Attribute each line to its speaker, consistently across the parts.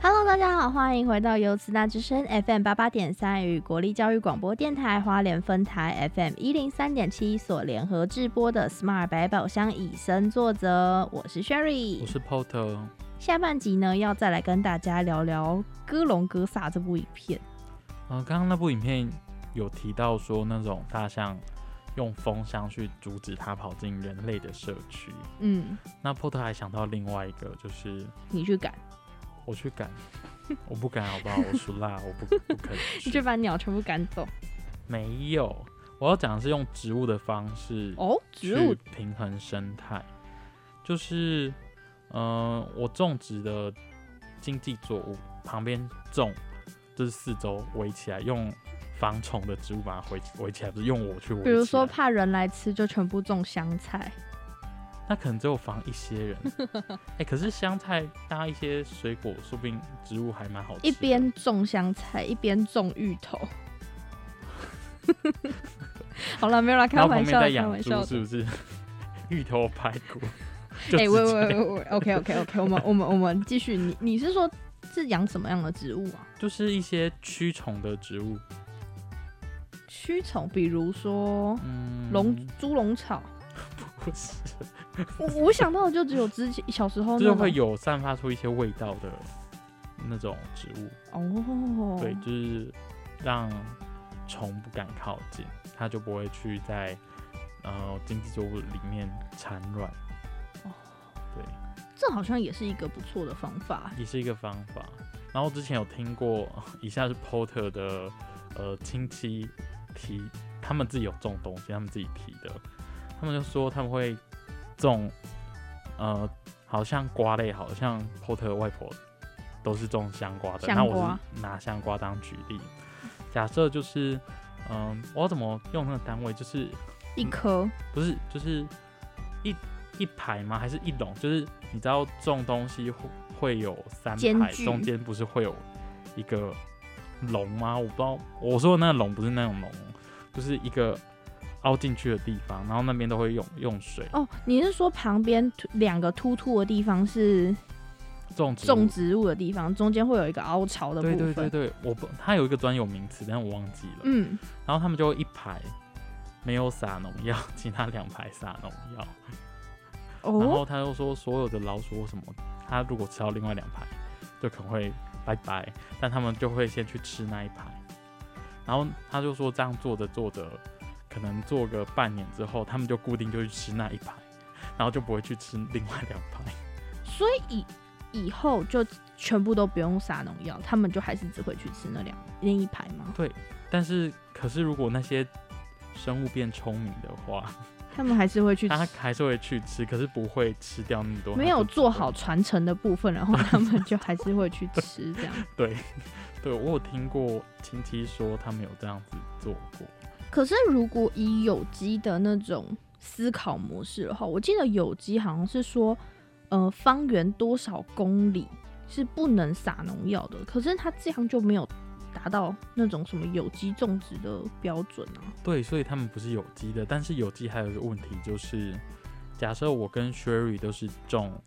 Speaker 1: 好，欢迎回到由慈大之声 FM 八八点三与国立教育广播电台花莲分台 FM 一零三点七所联合制播的《Smart 百宝箱以身作则》，我是 Sherry，
Speaker 2: 我是 Porter。
Speaker 1: 下半集呢，要再来跟大家聊聊《哥隆哥萨》这部影片。
Speaker 2: 呃，刚刚那部影片有提到说，那种大象用风箱去阻止它跑进人类的社区。
Speaker 1: 嗯，
Speaker 2: 那 Porter 还想到另外一个，就是
Speaker 1: 你去赶，
Speaker 2: 我去赶，我不敢好不好？我属辣，我不不可以
Speaker 1: 你
Speaker 2: 去。
Speaker 1: 就把鸟全部赶走。
Speaker 2: 没有，我要讲的是用植物的方式
Speaker 1: 哦，
Speaker 2: 去
Speaker 1: 植物，
Speaker 2: 平衡生态，就是嗯、呃我种植的经济作物旁边种，就是四周围起来，用防虫的植物把它围围起来，不是用我去围起
Speaker 1: 比
Speaker 2: 来。
Speaker 1: 如说怕人来吃，就全部种香菜。
Speaker 2: 那可能只有防一些人。哎、可是香菜搭一些水果，说不定植物还蛮好吃的。
Speaker 1: 一边种香菜，一边种芋头。 好了，没有啦，开
Speaker 2: 然后
Speaker 1: 玩
Speaker 2: 旁边
Speaker 1: 笑的，
Speaker 2: 在
Speaker 1: 开
Speaker 2: 养
Speaker 1: 玩笑
Speaker 2: 猪，
Speaker 1: 的。
Speaker 2: 是不 是？芋头排骨。 就
Speaker 1: 哎、
Speaker 2: 直
Speaker 1: 喂喂
Speaker 2: 接
Speaker 1: 喂喂，OK OK OK，我们我们我们继续。你你是说是养什么样的植物啊？
Speaker 2: 就是一些驱虫的植物，嗯
Speaker 1: 驱虫，比如说
Speaker 2: 嗯，
Speaker 1: 龙、猪笼草。
Speaker 2: 不是，
Speaker 1: 我我想到的就只有之前小时候哦那
Speaker 2: 就是
Speaker 1: 种
Speaker 2: 会有散发出一些味道的那种植物，
Speaker 1: 哦，
Speaker 2: 对，就是让虫不敢靠近，它就不会去在呃经济作物里面产卵。
Speaker 1: 哦
Speaker 2: 对，
Speaker 1: 这好像也是一个不错的方法。
Speaker 2: 也是一个方法。然后之前有听过，以下是 Porter 的呃亲戚提，他们自己有种东西，他们自己提的，他们就说他们会种，呃，好像瓜类，好像 Porter 外婆都是种香瓜的，
Speaker 1: 香
Speaker 2: 那
Speaker 1: 瓜
Speaker 2: 我是拿香瓜当举例，假设就是，嗯、我要怎么用那个单位，就是
Speaker 1: 一
Speaker 2: 嗯
Speaker 1: 颗
Speaker 2: 不是，就是一一排吗？还是一笼？就是你知道种东西会会有三
Speaker 1: 间
Speaker 2: 排，
Speaker 1: 距
Speaker 2: 中间不是会有一个笼吗？我不知道，我说的那个笼不是那种笼，就是一个凹进去的地方，然后那边都会用用水
Speaker 1: 哦，你是说旁边突两个突突的地方是
Speaker 2: 种植物
Speaker 1: 种植物的地方，中间会有一个凹槽的部分。
Speaker 2: 对嗯对对对，我不，它有一个专有名词，但我忘记了。
Speaker 1: 嗯，
Speaker 2: 然后他们就会一排没有撒农药，其他两排撒农药。然
Speaker 1: 哦，
Speaker 2: 后他又说，所有的老鼠或什么，它如果吃到另外两排，就可能会拜拜，但他们就会先去吃那一排。然后他就说，这样做着做着，可能做个半年之后，他们就固定就去吃那一排，然后就不会去吃另外两排。
Speaker 1: 所以以以后就全部都不用撒农药，他们就还是只会去吃那两那一排吗？
Speaker 2: 但是，可是如果那些生物变聪明的话，
Speaker 1: 他们还是会去吃
Speaker 2: 它还是会去吃，可是不会吃掉那么多。
Speaker 1: 没
Speaker 2: 它
Speaker 1: 有
Speaker 2: 就
Speaker 1: 做好传承的部分，然后他们就还是会去吃这样。
Speaker 2: 对我有听过亲戚说，他们有这样子做过。
Speaker 1: 可是如果以有机的那种思考模式的话，我记得有机好像是说，呃，方圆多少公里是不能撒农药的，可是它这样就没有达到那种什么有机种植的标准啊。
Speaker 2: 对，所以他们不是有机的，但是有机还有一个问题就是，假设我跟 Sherry 都是种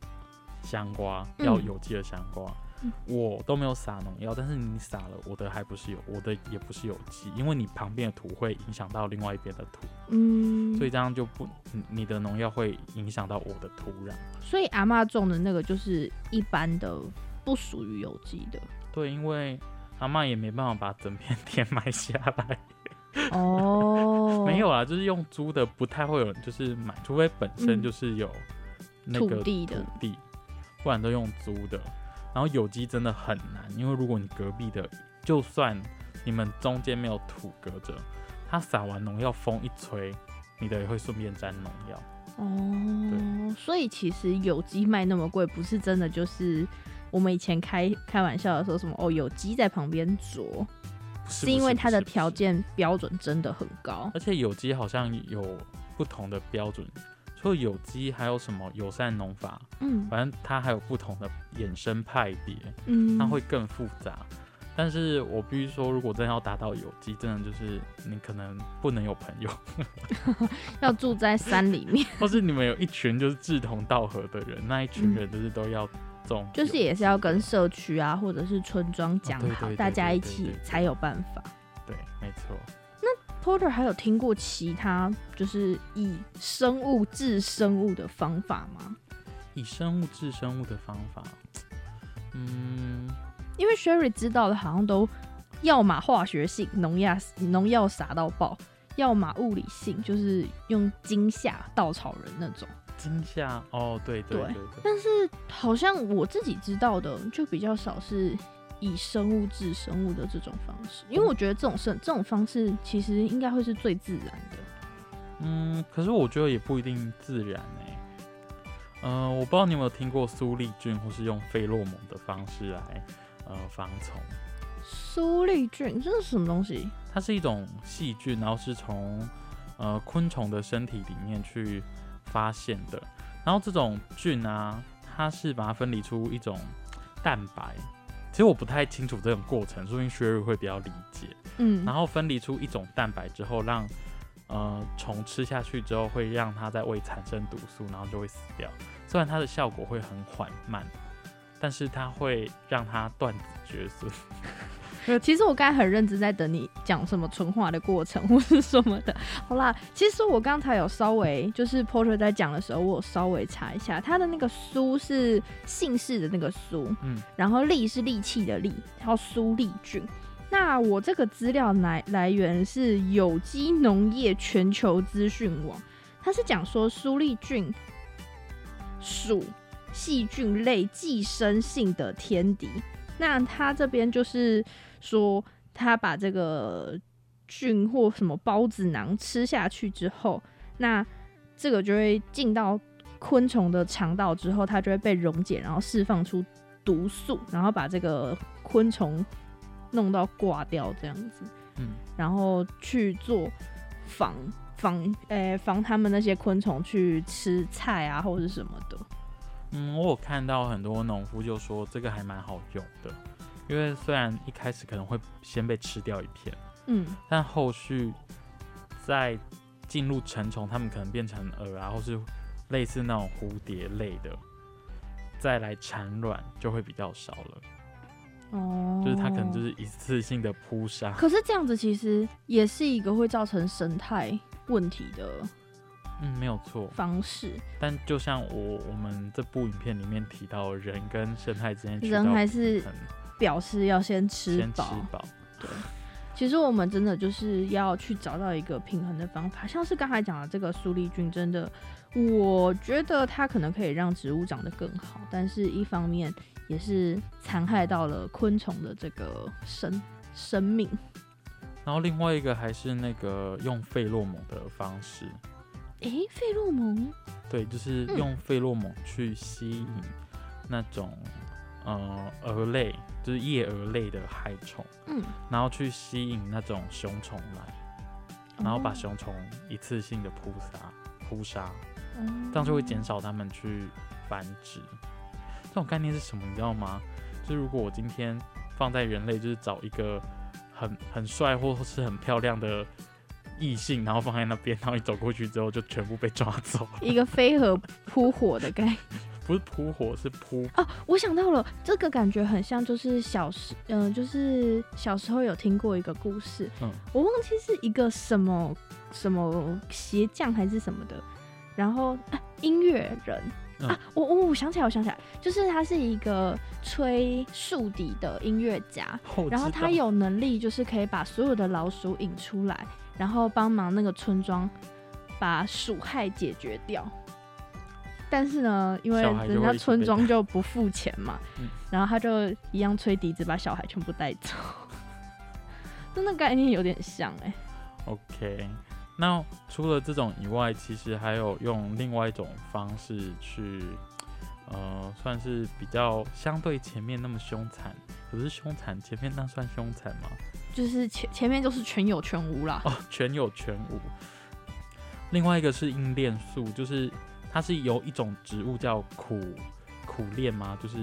Speaker 2: 香瓜，
Speaker 1: 嗯
Speaker 2: 要有机的香瓜，
Speaker 1: 嗯
Speaker 2: 我都没有撒农药，但是你撒了，我的还不是有，我的也不是有机，因为你旁边的土会影响到另外一边的土，
Speaker 1: 嗯，
Speaker 2: 所以这样就不，你你的农药会影响到我的土壤。
Speaker 1: 所以阿嬷种的那个就是一般的，不属于有机 的。
Speaker 2: 对，因为阿嬷也没办法把整片 田买下来，
Speaker 1: 哦，
Speaker 2: 没有啦，就是用租的，不太会有人就是买，除非本身
Speaker 1: 嗯
Speaker 2: 就是有那个
Speaker 1: 土地的
Speaker 2: 土地不然都用租的。然后有机真的很难，因为如果你隔壁的，就算你们中间没有土隔着，它撒完农药，风一吹，你的也会顺便沾农药。
Speaker 1: 哦，所以其实有机卖那么贵，不是真的就是我们以前开开玩笑的说什么哦，有机在旁边啄，
Speaker 2: 不是
Speaker 1: 是因为它的条。
Speaker 2: 不是不是
Speaker 1: 件标准真的很高
Speaker 2: 而且有机好像有不同的标准，除了有机还有什么友善农法，
Speaker 1: 嗯
Speaker 2: 反正它还有不同的衍生派别。
Speaker 1: 嗯，
Speaker 2: 它会更复杂。但是我必须说，如果真的要达到有机，真的就是你可能不能有朋友，
Speaker 1: 要住在山里面，
Speaker 2: 或是你们有一群就是志同道合的人，那一群人就是都要种有，
Speaker 1: 嗯就是也是要跟社区啊，或者是村庄讲
Speaker 2: 哦对
Speaker 1: 好，
Speaker 2: 对对
Speaker 1: 大家
Speaker 2: 对
Speaker 1: 一
Speaker 2: 对
Speaker 1: 起
Speaker 2: 对
Speaker 1: 才有办法。
Speaker 2: 对，没错，
Speaker 1: Porter 还有听过其他就是以生物治生物的方法吗？
Speaker 2: 以生物治生物的方法，嗯，
Speaker 1: 因为 Sherry 知道的好像都要么化学性农药农药撒到爆，要么物理性就是用惊吓稻草人那种。
Speaker 2: 惊吓哦，对对
Speaker 1: 对
Speaker 2: 对对，
Speaker 1: 但是好像我自己知道的就比较少是以生物治生物的这种方式，因为我觉得这种生这种方式其实应该会是最自然的。
Speaker 2: 嗯，可是我觉得也不一定自然哎、嗯、我不知道你有没有听过苏丽菌，或是用费洛蒙的方式来呃防虫。
Speaker 1: 苏丽菌这是什么东西？
Speaker 2: 它是一种细菌，然后是从呃昆虫的身体里面去发现的。然后这种菌啊，它是把它分离出一种蛋白。其实我不太清楚这种过程，说不定 Sherry 会比较理解。
Speaker 1: 嗯
Speaker 2: 然后分离出一种蛋白之后，让呃虫吃下去之后，会让它在胃产生毒素，然后就会死掉。虽然它的效果会很缓慢，但是它会让它断子绝孙。
Speaker 1: 其实我刚才很认真在等你讲什么纯化的过程或是什么的。 好啦，其实我刚才有稍微就是 Porter 在讲的时候，我有稍微查一下，他的那个苏是姓氏的那个苏，
Speaker 2: 嗯，
Speaker 1: 然后利是利器的利，然后苏利菌。那我这个资料来来源是有机农业全球资讯网，它是讲说苏利菌属细菌类寄生性的天敌。那它这边就是说，它把这个菌或什么孢子囊吃下去之后，那这个就会进到昆虫的肠道之后，它就会被溶解，然后释放出毒素，然后把这个昆虫弄到挂掉这样子，
Speaker 2: 嗯，
Speaker 1: 然后去做防防呃防他们那些昆虫去吃菜啊或者是什么的。
Speaker 2: 嗯，我有看到很多农夫就说这个还蛮好用的，因为虽然一开始可能会先被吃掉一片，
Speaker 1: 嗯，
Speaker 2: 但后续在进入成虫，它们可能变成蛾啊，或是类似那种蝴蝶类的，再来产卵就会比较少了。
Speaker 1: 哦，
Speaker 2: 就是它可能就。是一次性的扑杀，
Speaker 1: 可是这样子其实也是一个会造成生态问题的
Speaker 2: 嗯，没有错。
Speaker 1: 方式，
Speaker 2: 但就像我我们这部影片里面提到，人跟生态之间取
Speaker 1: 人
Speaker 2: 到
Speaker 1: 还
Speaker 2: 平
Speaker 1: 是
Speaker 2: 衡
Speaker 1: 表示要先吃
Speaker 2: 先吃
Speaker 1: 饱。
Speaker 2: 饱，
Speaker 1: 其实我们真的就是要去找到一个平衡的方法，像是刚才讲的这个苏丽菌，真的，我觉得它可能可以让植物长得更好，但是一方面也是残害到了昆虫的这个生生命。
Speaker 2: 然后另外一个还是那个用费洛蒙的方式，
Speaker 1: 诶，费洛蒙，
Speaker 2: 对，就是
Speaker 1: 嗯
Speaker 2: 用费洛蒙去吸引那种呃蛾类，就是叶蛾类的害虫，
Speaker 1: 嗯，
Speaker 2: 然后去吸引那种雄虫来，
Speaker 1: 嗯
Speaker 2: 然后把
Speaker 1: 熊，
Speaker 2: 雄虫一次性的扑杀扑杀，
Speaker 1: 哦
Speaker 2: 这样就会减。少它们去繁殖。这种概念是什么，你知道吗？就是如果我今天放在人类，就是找一个很很帅或是很漂亮的异性，然后放在那边，然后你走过去之后就全部被抓走，
Speaker 1: 一个飞蛾扑火的概念
Speaker 2: 不是扑火，是扑
Speaker 1: 哦，我想到了，这个感觉很像，就是小时，嗯、就是小时候有听过一个故事，
Speaker 2: 嗯
Speaker 1: 我忘记是一个什么什么鞋匠还是什么的，然后、啊、音乐人、
Speaker 2: 嗯
Speaker 1: 啊，我我我想起来，我想起来，就是他是一个吹竖笛的音乐家，
Speaker 2: 后。
Speaker 1: 然后
Speaker 2: 知
Speaker 1: 他
Speaker 2: 道
Speaker 1: 有能力就是可以把所有的老鼠引出来，然后帮忙那个村庄把鼠害解决掉。但是呢，因为
Speaker 2: 小孩就会
Speaker 1: 人家
Speaker 2: 一直
Speaker 1: 村
Speaker 2: 被
Speaker 1: 庄就不付钱嘛
Speaker 2: 嗯，
Speaker 1: 然后他就一样吹笛子把小孩全部带走。 真的概念有点像哎、
Speaker 2: OK，那除了这种以外，其实还有用另外一种方式去，呃，算是比较相对前面那么凶残，可是凶残前面那算凶残吗？
Speaker 1: 就是前前面就是全有全无啦。
Speaker 2: 哦，全有全无。另外一个是硬链素，就是它是由一种植物叫苦苦楝吗？就是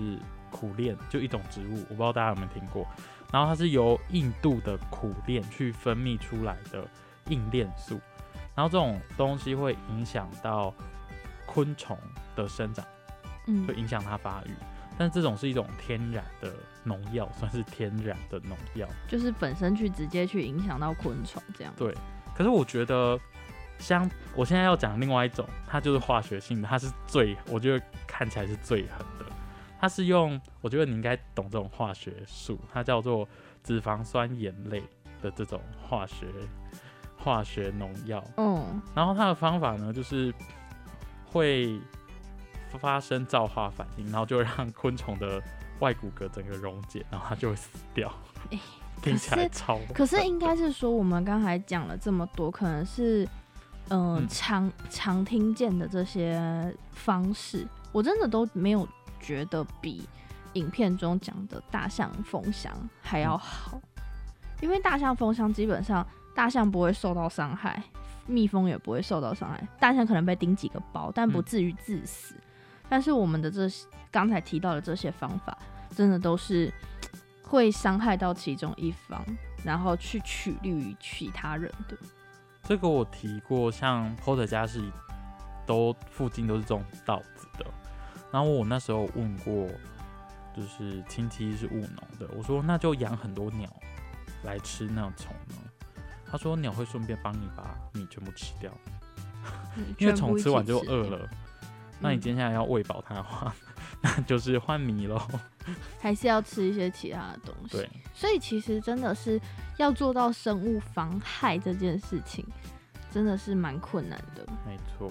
Speaker 2: 苦楝，就一种植物，我不知道大家有没有听过。然后它是由印度的苦楝去分泌出来的硬链素，然后这种东西会影响到昆虫的生长，
Speaker 1: 嗯
Speaker 2: 会，影响它发育。但这种是一种天然的农药，算是天然的农药。
Speaker 1: 就是本身去直接去影响到昆虫这样。
Speaker 2: 对可是我觉得相，我现在要讲另外一种，它就是化学性的，它是最，我觉得看起来是最狠的。它是用，我觉得你应该懂这种化学术，它叫做脂肪酸盐类的这种化学化学农药。
Speaker 1: 嗯，
Speaker 2: 然后它的方法呢，就是会发生皂化反应，然后就会让昆虫的外骨骼整个溶解，然后它就会死掉。
Speaker 1: 诶
Speaker 2: 听起来
Speaker 1: 可
Speaker 2: 超
Speaker 1: 可是
Speaker 2: 狠
Speaker 1: 应该是说我们刚才讲了这么多，可能是、呃、
Speaker 2: 嗯
Speaker 1: 常常听见的这些方式，我真的都没有觉得比影片中讲的大象风箱还要好，
Speaker 2: 嗯
Speaker 1: 因为大象风箱基本上大象不会受到伤害，蜜蜂也不会受到伤害，大象可能被叮几个包，但不
Speaker 2: 嗯
Speaker 1: 至于致死。但是我们的这些刚才提到的这些方法，真的都是会伤害到其中一方，然后去取利于其他人的。
Speaker 2: 这个我提过，像 Porter 家是都附近都是这种稻子的。然后我那时候问过，就是亲戚是务农的，我说那就养很多鸟来吃那种虫呢。他说鸟会顺便帮你把米全部吃掉，嗯因为虫吃完就饿了。那你
Speaker 1: 今
Speaker 2: 接下来要喂饱它的话，那就是换米喽。
Speaker 1: 还是要吃一些其他的东西。
Speaker 2: 对，
Speaker 1: 所以其实真的是要做到生物防害这件事情，真的是蛮困难的。
Speaker 2: 没错。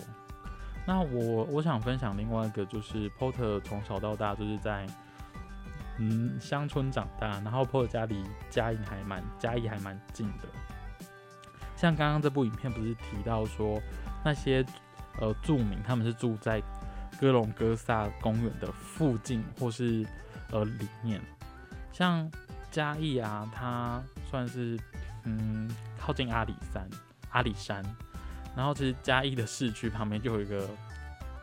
Speaker 2: 那我我想分享另外一个，就是 Porter 从小到大就是在嗯乡村长大，然后 Porter 家离嘉义还蛮嘉义还蛮近的。像刚刚这部影片不是提到说那些呃住民他们是住在哥隆哥萨公园的附近或是呃里面，像嘉义啊，它算是嗯靠近阿里山阿里山，然后其实嘉义的市区旁边就有一个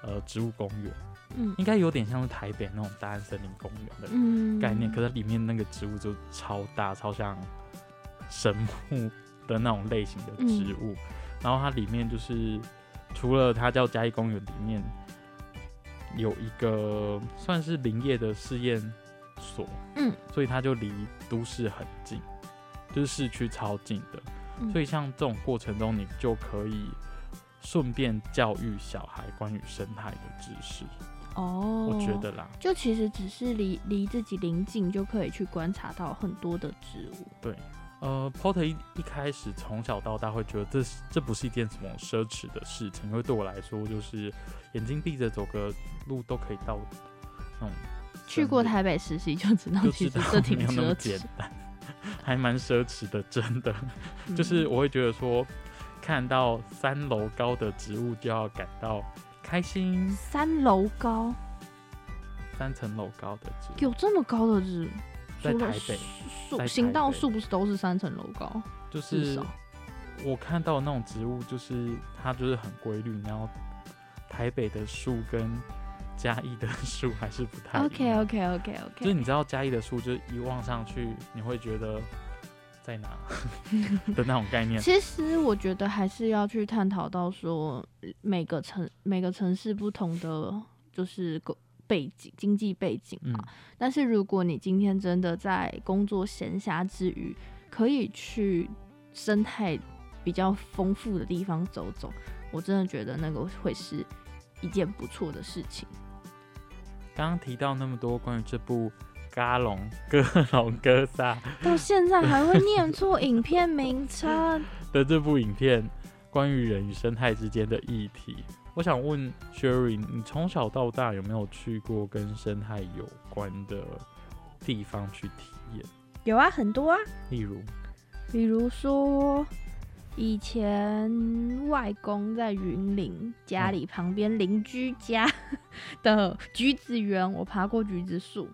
Speaker 2: 呃植物公园，
Speaker 1: 嗯
Speaker 2: 应该有点像是台北那种大安森林公园的
Speaker 1: 嗯，
Speaker 2: 概念，可是里面那个植物就超大，超像神木的那种类型的植物。
Speaker 1: 嗯
Speaker 2: 然后它里面就是除了它叫嘉义公园，里面有一个算是林业的试验所，
Speaker 1: 嗯，
Speaker 2: 所以它就离都市很近，就是市区超近的。
Speaker 1: 嗯
Speaker 2: 所以像这种过程中，你就可以顺便教育小孩关于生态的知识，
Speaker 1: 哦，
Speaker 2: 我觉得啦。
Speaker 1: 就其实只是离离自己邻近就可以去观察到很多的植物。
Speaker 2: 呃，Porter 一一开始从小到大会觉得这是这不是一件什么奢侈的事情，因为对我来说就是眼睛闭着走个路都可以到那种
Speaker 1: 去过
Speaker 2: 森林
Speaker 1: 台北实习就知道
Speaker 2: 就，
Speaker 1: 其
Speaker 2: 知
Speaker 1: 实
Speaker 2: 道
Speaker 1: 这挺
Speaker 2: 没有那
Speaker 1: 奢
Speaker 2: 么
Speaker 1: 侈
Speaker 2: 简。单，还蛮奢侈的，真的。就是
Speaker 1: 嗯
Speaker 2: 我会觉得说，看到三楼高的植物就要感到开心，
Speaker 1: 三楼高，
Speaker 2: 三层楼高的植物。
Speaker 1: 有这么高的日？
Speaker 2: 在
Speaker 1: 除了
Speaker 2: 台北
Speaker 1: 树
Speaker 2: 在
Speaker 1: 树
Speaker 2: 台
Speaker 1: 行道
Speaker 2: 北
Speaker 1: 树不是都是三层楼高？
Speaker 2: 就
Speaker 1: 至
Speaker 2: 是
Speaker 1: 少
Speaker 2: 我看到那种植物，就是它就是很规律，然后台北的树跟嘉义的 树还是不太一样
Speaker 1: OK OK OK
Speaker 2: 就是
Speaker 1: OK，
Speaker 2: 你知道嘉义的树，就是一望上去你会觉得在哪 的那种概 念。
Speaker 1: 其实我觉得还是要去探讨到说每个城每个城市不同的就是个背景经济背景
Speaker 2: 嗯
Speaker 1: 嘛。但是如果你今天真的在工作闲暇之余，可以去生态比较丰富的地方走走，我真的觉得那个会是一件不错的事情。
Speaker 2: 刚刚提到那么多关于这部《嘎隆哥隆哥萨》
Speaker 1: 到现在还会念错影片名称，
Speaker 2: 的这部影片，关于人与生态之间的议题，我想问 Sherry，你从小到大有没有去过跟生态有关的地方去体验？
Speaker 1: 有啊，很多啊，
Speaker 2: 例如，
Speaker 1: 比如说以前外公在云林家里旁边邻居家 的橘子园，我爬过橘子树，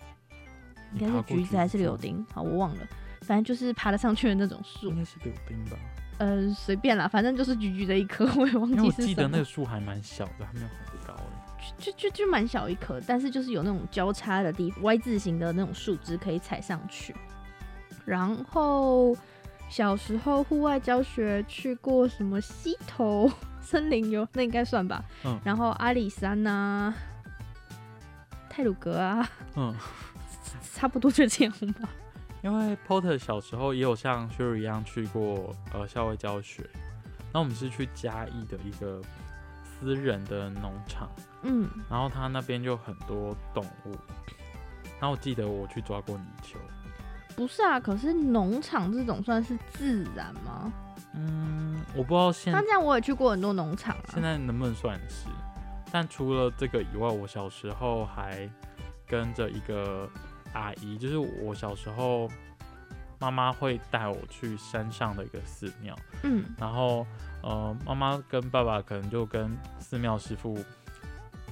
Speaker 1: 应该
Speaker 2: 你
Speaker 1: 是
Speaker 2: 爬过
Speaker 1: 橘子还是
Speaker 2: 树
Speaker 1: 柳？丁，好，我忘了。反正就是爬得上去的那种树
Speaker 2: 应，该是柳丁吧，
Speaker 1: 呃，随便啦，反正就是橘橘的一颗， 我也忘
Speaker 2: 因为
Speaker 1: 记
Speaker 2: 我
Speaker 1: 是
Speaker 2: 记得
Speaker 1: 什么
Speaker 2: 那个，树还蛮小的，还没有很 高诶。
Speaker 1: 就就就蛮小一颗，但是就是有那种交叉的地 Y 字形的那种树枝可以踩上去。然后小时候户外教学去过什么溪头 森林游，那应该算吧。
Speaker 2: 嗯
Speaker 1: 然后阿里山呐、泰啊鲁格啊，
Speaker 2: 嗯，
Speaker 1: 差不多就这样 吧。
Speaker 2: 因为 Porter 小时候也有像 Sherry 一样去过呃校外教学，那我们是去嘉义的一个私人的农场，
Speaker 1: 嗯，
Speaker 2: 然后他那边就很多动物，然后我记得我去抓过泥鳅，
Speaker 1: 不是啊，可是农场这种算是自然吗？
Speaker 2: 嗯，我不知道现
Speaker 1: 那这样我也去过很多农场
Speaker 2: 现
Speaker 1: 啊。
Speaker 2: 在能不能算是？但除了这个以外，我小时候还跟着一个阿姨，就是我小时候妈妈会带我去山上的一个寺庙，
Speaker 1: 嗯，
Speaker 2: 然后呃，妈妈跟爸爸可能就跟寺庙师傅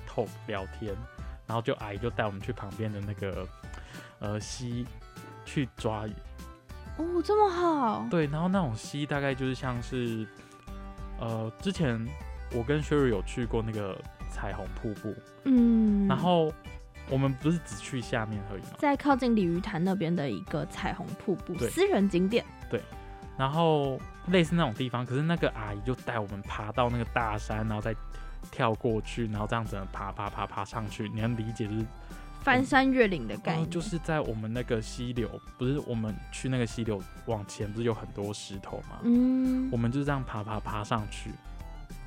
Speaker 2: 透聊天，然后就阿姨就带我们去旁边的那个呃溪去抓鱼，
Speaker 1: 哦，这么好。
Speaker 2: 对，然后那种溪大概就是像是，呃，之前我跟 Sherry 有去过那个彩虹瀑布，
Speaker 1: 嗯，
Speaker 2: 然后我们不是只去下面而已嘛，
Speaker 1: 在靠近鲤鱼潭那边的一个彩虹瀑布
Speaker 2: 对
Speaker 1: 私人景点。
Speaker 2: 然后类似那种地方，可是那个阿姨就带我们爬到那个大山，然后再跳过去，然后这样子爬爬爬爬上去，你能理解就是
Speaker 1: 翻山越岭的概
Speaker 2: 呃
Speaker 1: 念，
Speaker 2: 就是在我们那个溪流，不是我们去那个溪流往前不是有很多石头嘛，
Speaker 1: 嗯
Speaker 2: 我，们就这样爬爬爬上去，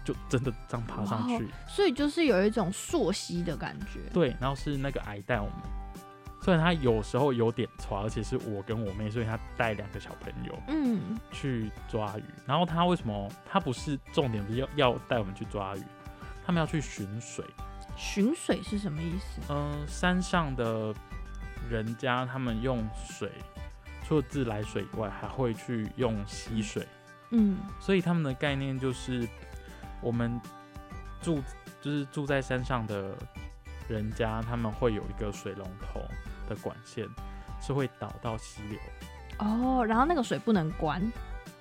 Speaker 2: 就真的这样爬上
Speaker 1: 哇哦
Speaker 2: 去。
Speaker 1: 所以就是有一种溯溪的感觉。
Speaker 2: 对，然后是那个矮带我们，虽然他有时候有点抓，而且是我跟我妹，所以他带两个小朋友
Speaker 1: 嗯，
Speaker 2: 去抓鱼。然后他为什么他不是重点，不是要要带我们去抓鱼，他们要去巡水。
Speaker 1: 巡水是什么意思？
Speaker 2: 嗯、山上的人家他们用水，除了自来水以外，还会去用溪水，
Speaker 1: 嗯，
Speaker 2: 所以他们的概念就是我们住就是住在山上的人家，他们会有一个水龙头的管线是会导到溪流，
Speaker 1: 哦，然后那个水不能关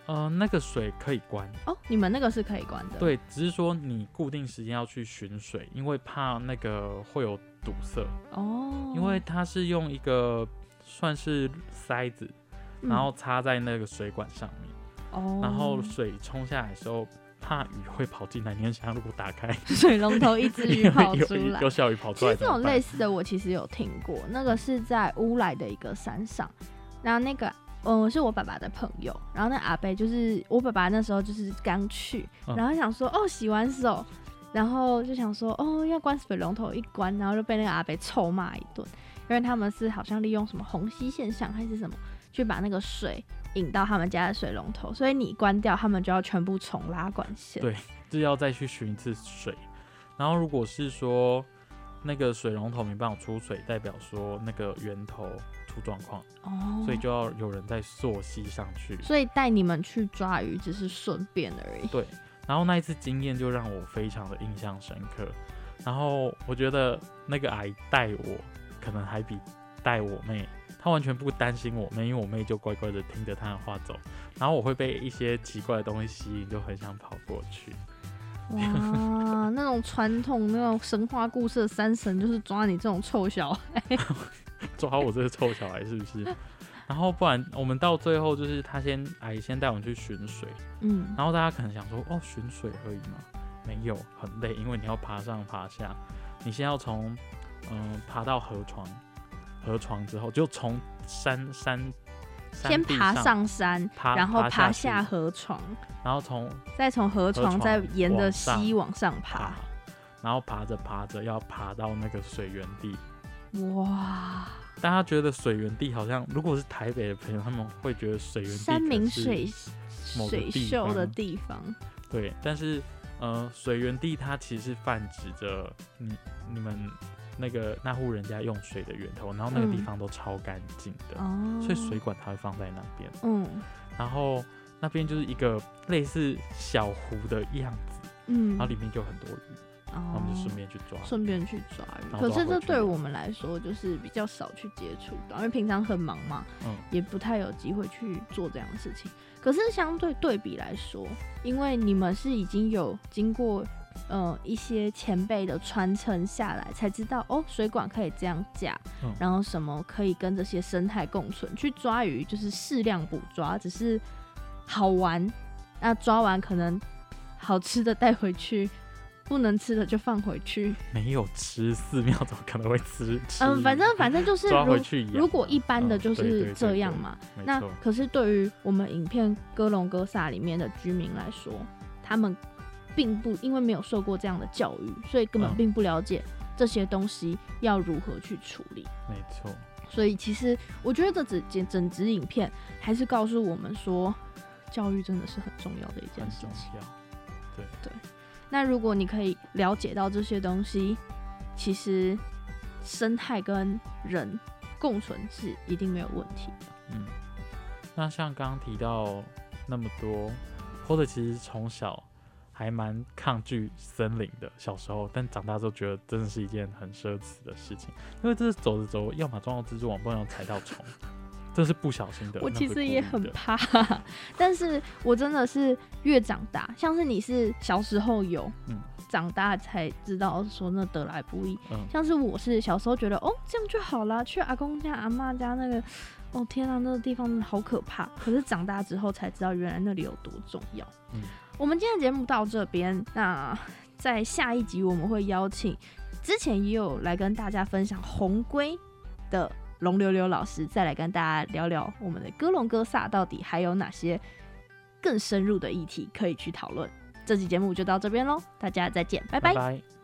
Speaker 2: 呃，那个水可以关，
Speaker 1: 哦，你们那个是可以关的。，
Speaker 2: 对，只是说你固定时间要去巡水，因为怕那个会有堵塞，
Speaker 1: 哦，
Speaker 2: 因为它是用一个算是塞子，
Speaker 1: 嗯
Speaker 2: 然后插在那个水管上面，
Speaker 1: 哦，
Speaker 2: 然后水冲下来的时候。怕雨会跑进来，你很想如果打开，
Speaker 1: 水龙头一只鱼跑
Speaker 2: 有
Speaker 1: 出
Speaker 2: 有
Speaker 1: 来
Speaker 2: 有。小鱼跑
Speaker 1: 其
Speaker 2: 出来
Speaker 1: 实
Speaker 2: 怎
Speaker 1: 这
Speaker 2: 么
Speaker 1: 种
Speaker 2: 办，
Speaker 1: 类似的，我其实有听过，那个是在乌来的一个山上，然后那个。嗯，是我爸爸的朋友，然后那阿贝就是我爸爸那时候就是刚去，
Speaker 2: 嗯
Speaker 1: 然后想说哦洗完手，然后就想说哦要关水龙头一关，然后就被那个阿贝臭骂一顿，因为他们是好像利用什么虹吸现象还是什么，去把那个水引到他们家的水龙头，所以你关掉，他们就要全部重拉管线。
Speaker 2: 对就要再去寻一次水。然后如果是说那个水龙头没办法出水，代表说那个源头出状况，
Speaker 1: 哦，
Speaker 2: 所以就要有人在溯溪上去。
Speaker 1: 所以带你们去抓鱼只是顺便而已。
Speaker 2: 对，然后那一次经验就让我非常的印象深刻。然后我觉得那个阿姨带我，可能还比带我妹，她完全不担心我妹，因为我妹就乖乖的听着她的话走。然后我会被一些奇怪的东西吸引，就很想跑过去。
Speaker 1: 哇，那种传统那种神话故事的山神就是抓你这种臭小孩。
Speaker 2: 抓我这个臭小孩是不是？ 然后不然我们到最后就是他先阿姨先带我们去巡水，
Speaker 1: 嗯，
Speaker 2: 然后大家可能想说哦巡水而已嘛，没有很累，因为你要爬上爬下，你先要从嗯、爬到河床，河床之后就从山山山
Speaker 1: 先
Speaker 2: 壁
Speaker 1: 爬
Speaker 2: 上，
Speaker 1: 上山，
Speaker 2: 爬
Speaker 1: 然后
Speaker 2: 爬
Speaker 1: 爬
Speaker 2: 下
Speaker 1: 下
Speaker 2: 去
Speaker 1: 河床，
Speaker 2: 然后从
Speaker 1: 再从河
Speaker 2: 河
Speaker 1: 床
Speaker 2: 床
Speaker 1: 再沿着
Speaker 2: 往上
Speaker 1: 溪往上爬
Speaker 2: 爬。，然后爬着爬着要爬到那个水源地。
Speaker 1: 哇，
Speaker 2: 大家觉得水源地好像，如果是台北的朋友，他们会觉得水源地
Speaker 1: 山
Speaker 2: 可
Speaker 1: 明
Speaker 2: 是
Speaker 1: 水
Speaker 2: 某个
Speaker 1: 水
Speaker 2: 地
Speaker 1: 秀的
Speaker 2: 方
Speaker 1: 地方。
Speaker 2: 对，但是呃，水源地它其实是泛指着你你们那个那户人家用水的源头，然后那个地
Speaker 1: 嗯
Speaker 2: 方都超干净的，
Speaker 1: 哦，
Speaker 2: 所以水管它会放在那边，
Speaker 1: 嗯
Speaker 2: 然后那边就是一个类似小湖的样子，
Speaker 1: 嗯，哦
Speaker 2: 然后里面就有很多鱼，然后我们就顺便去抓。
Speaker 1: 顺便去抓鱼。
Speaker 2: 然后
Speaker 1: 可
Speaker 2: 抓
Speaker 1: 是
Speaker 2: 回
Speaker 1: 这
Speaker 2: 去
Speaker 1: 对我们来说就是比较少去接触到，因为平常很忙嘛，
Speaker 2: 嗯
Speaker 1: 也不太有机会去做这样的事情。可是相对对比来说，因为你们是已经有经过呃一些前辈的传承下来，才知道哦水管可以这样架，
Speaker 2: 嗯
Speaker 1: 然后什么可以跟这些生态共存。去抓鱼就是适量捕抓，只是好玩。那抓完可能好吃的带回去，不能吃的就放回去。
Speaker 2: 没有吃，寺庙怎么可能会吃？ 吃
Speaker 1: 嗯，反正反正就是
Speaker 2: 抓
Speaker 1: 如
Speaker 2: 回去养。
Speaker 1: 如果一般的
Speaker 2: 嗯
Speaker 1: 就
Speaker 2: 对对
Speaker 1: 是
Speaker 2: 对
Speaker 1: 这
Speaker 2: 对
Speaker 1: 样嘛。
Speaker 2: 没
Speaker 1: 那
Speaker 2: 错，
Speaker 1: 可是对于我们影片《哥隆哥萨》里面的居民来说，他们并不因为没有受过这样的教育，所以根本
Speaker 2: 嗯
Speaker 1: 并不了解这些东西要如何去处理。
Speaker 2: 没错，
Speaker 1: 所以其实我觉得这整整整支影片还是告诉我们说，教育真的是很重要的一件
Speaker 2: 很
Speaker 1: 事
Speaker 2: 重
Speaker 1: 情。
Speaker 2: 要。
Speaker 1: 那如果你可以了解到这些东西，其实生态跟人共存是一定没有问题的。
Speaker 2: 嗯，那像刚刚提到那么多，或者其实从小还蛮抗拒森林的，小时候，但长大之后觉得真的是一件很奢侈的事情，因为这是走着走着，要么撞到蜘蛛网，不然要踩到虫，这是不小心的。
Speaker 1: 我
Speaker 2: 那
Speaker 1: 其
Speaker 2: 不是
Speaker 1: 实
Speaker 2: 故
Speaker 1: 也
Speaker 2: 意
Speaker 1: 很
Speaker 2: 的
Speaker 1: 怕， 但是我真的是越长大，像是你是小时候有，
Speaker 2: 嗯
Speaker 1: 长大才知道说那得来不易。
Speaker 2: 嗯
Speaker 1: 像是我是小时候觉得哦这样就好啦，去阿公家阿妈家那个，哦天啊那个地方真的好可怕。可是长大之后才知道原来那里有多重要。
Speaker 2: 嗯
Speaker 1: 我们今天的节目到这边，那在下一集我们会邀请之前也有来跟大家分享红龟的龙溜溜老师，再来跟大家聊聊我们的哥隆哥萨到底还有哪些更深入的议题可以去讨论。这期节目就到这边喽，大家再见，拜拜
Speaker 2: 拜。拜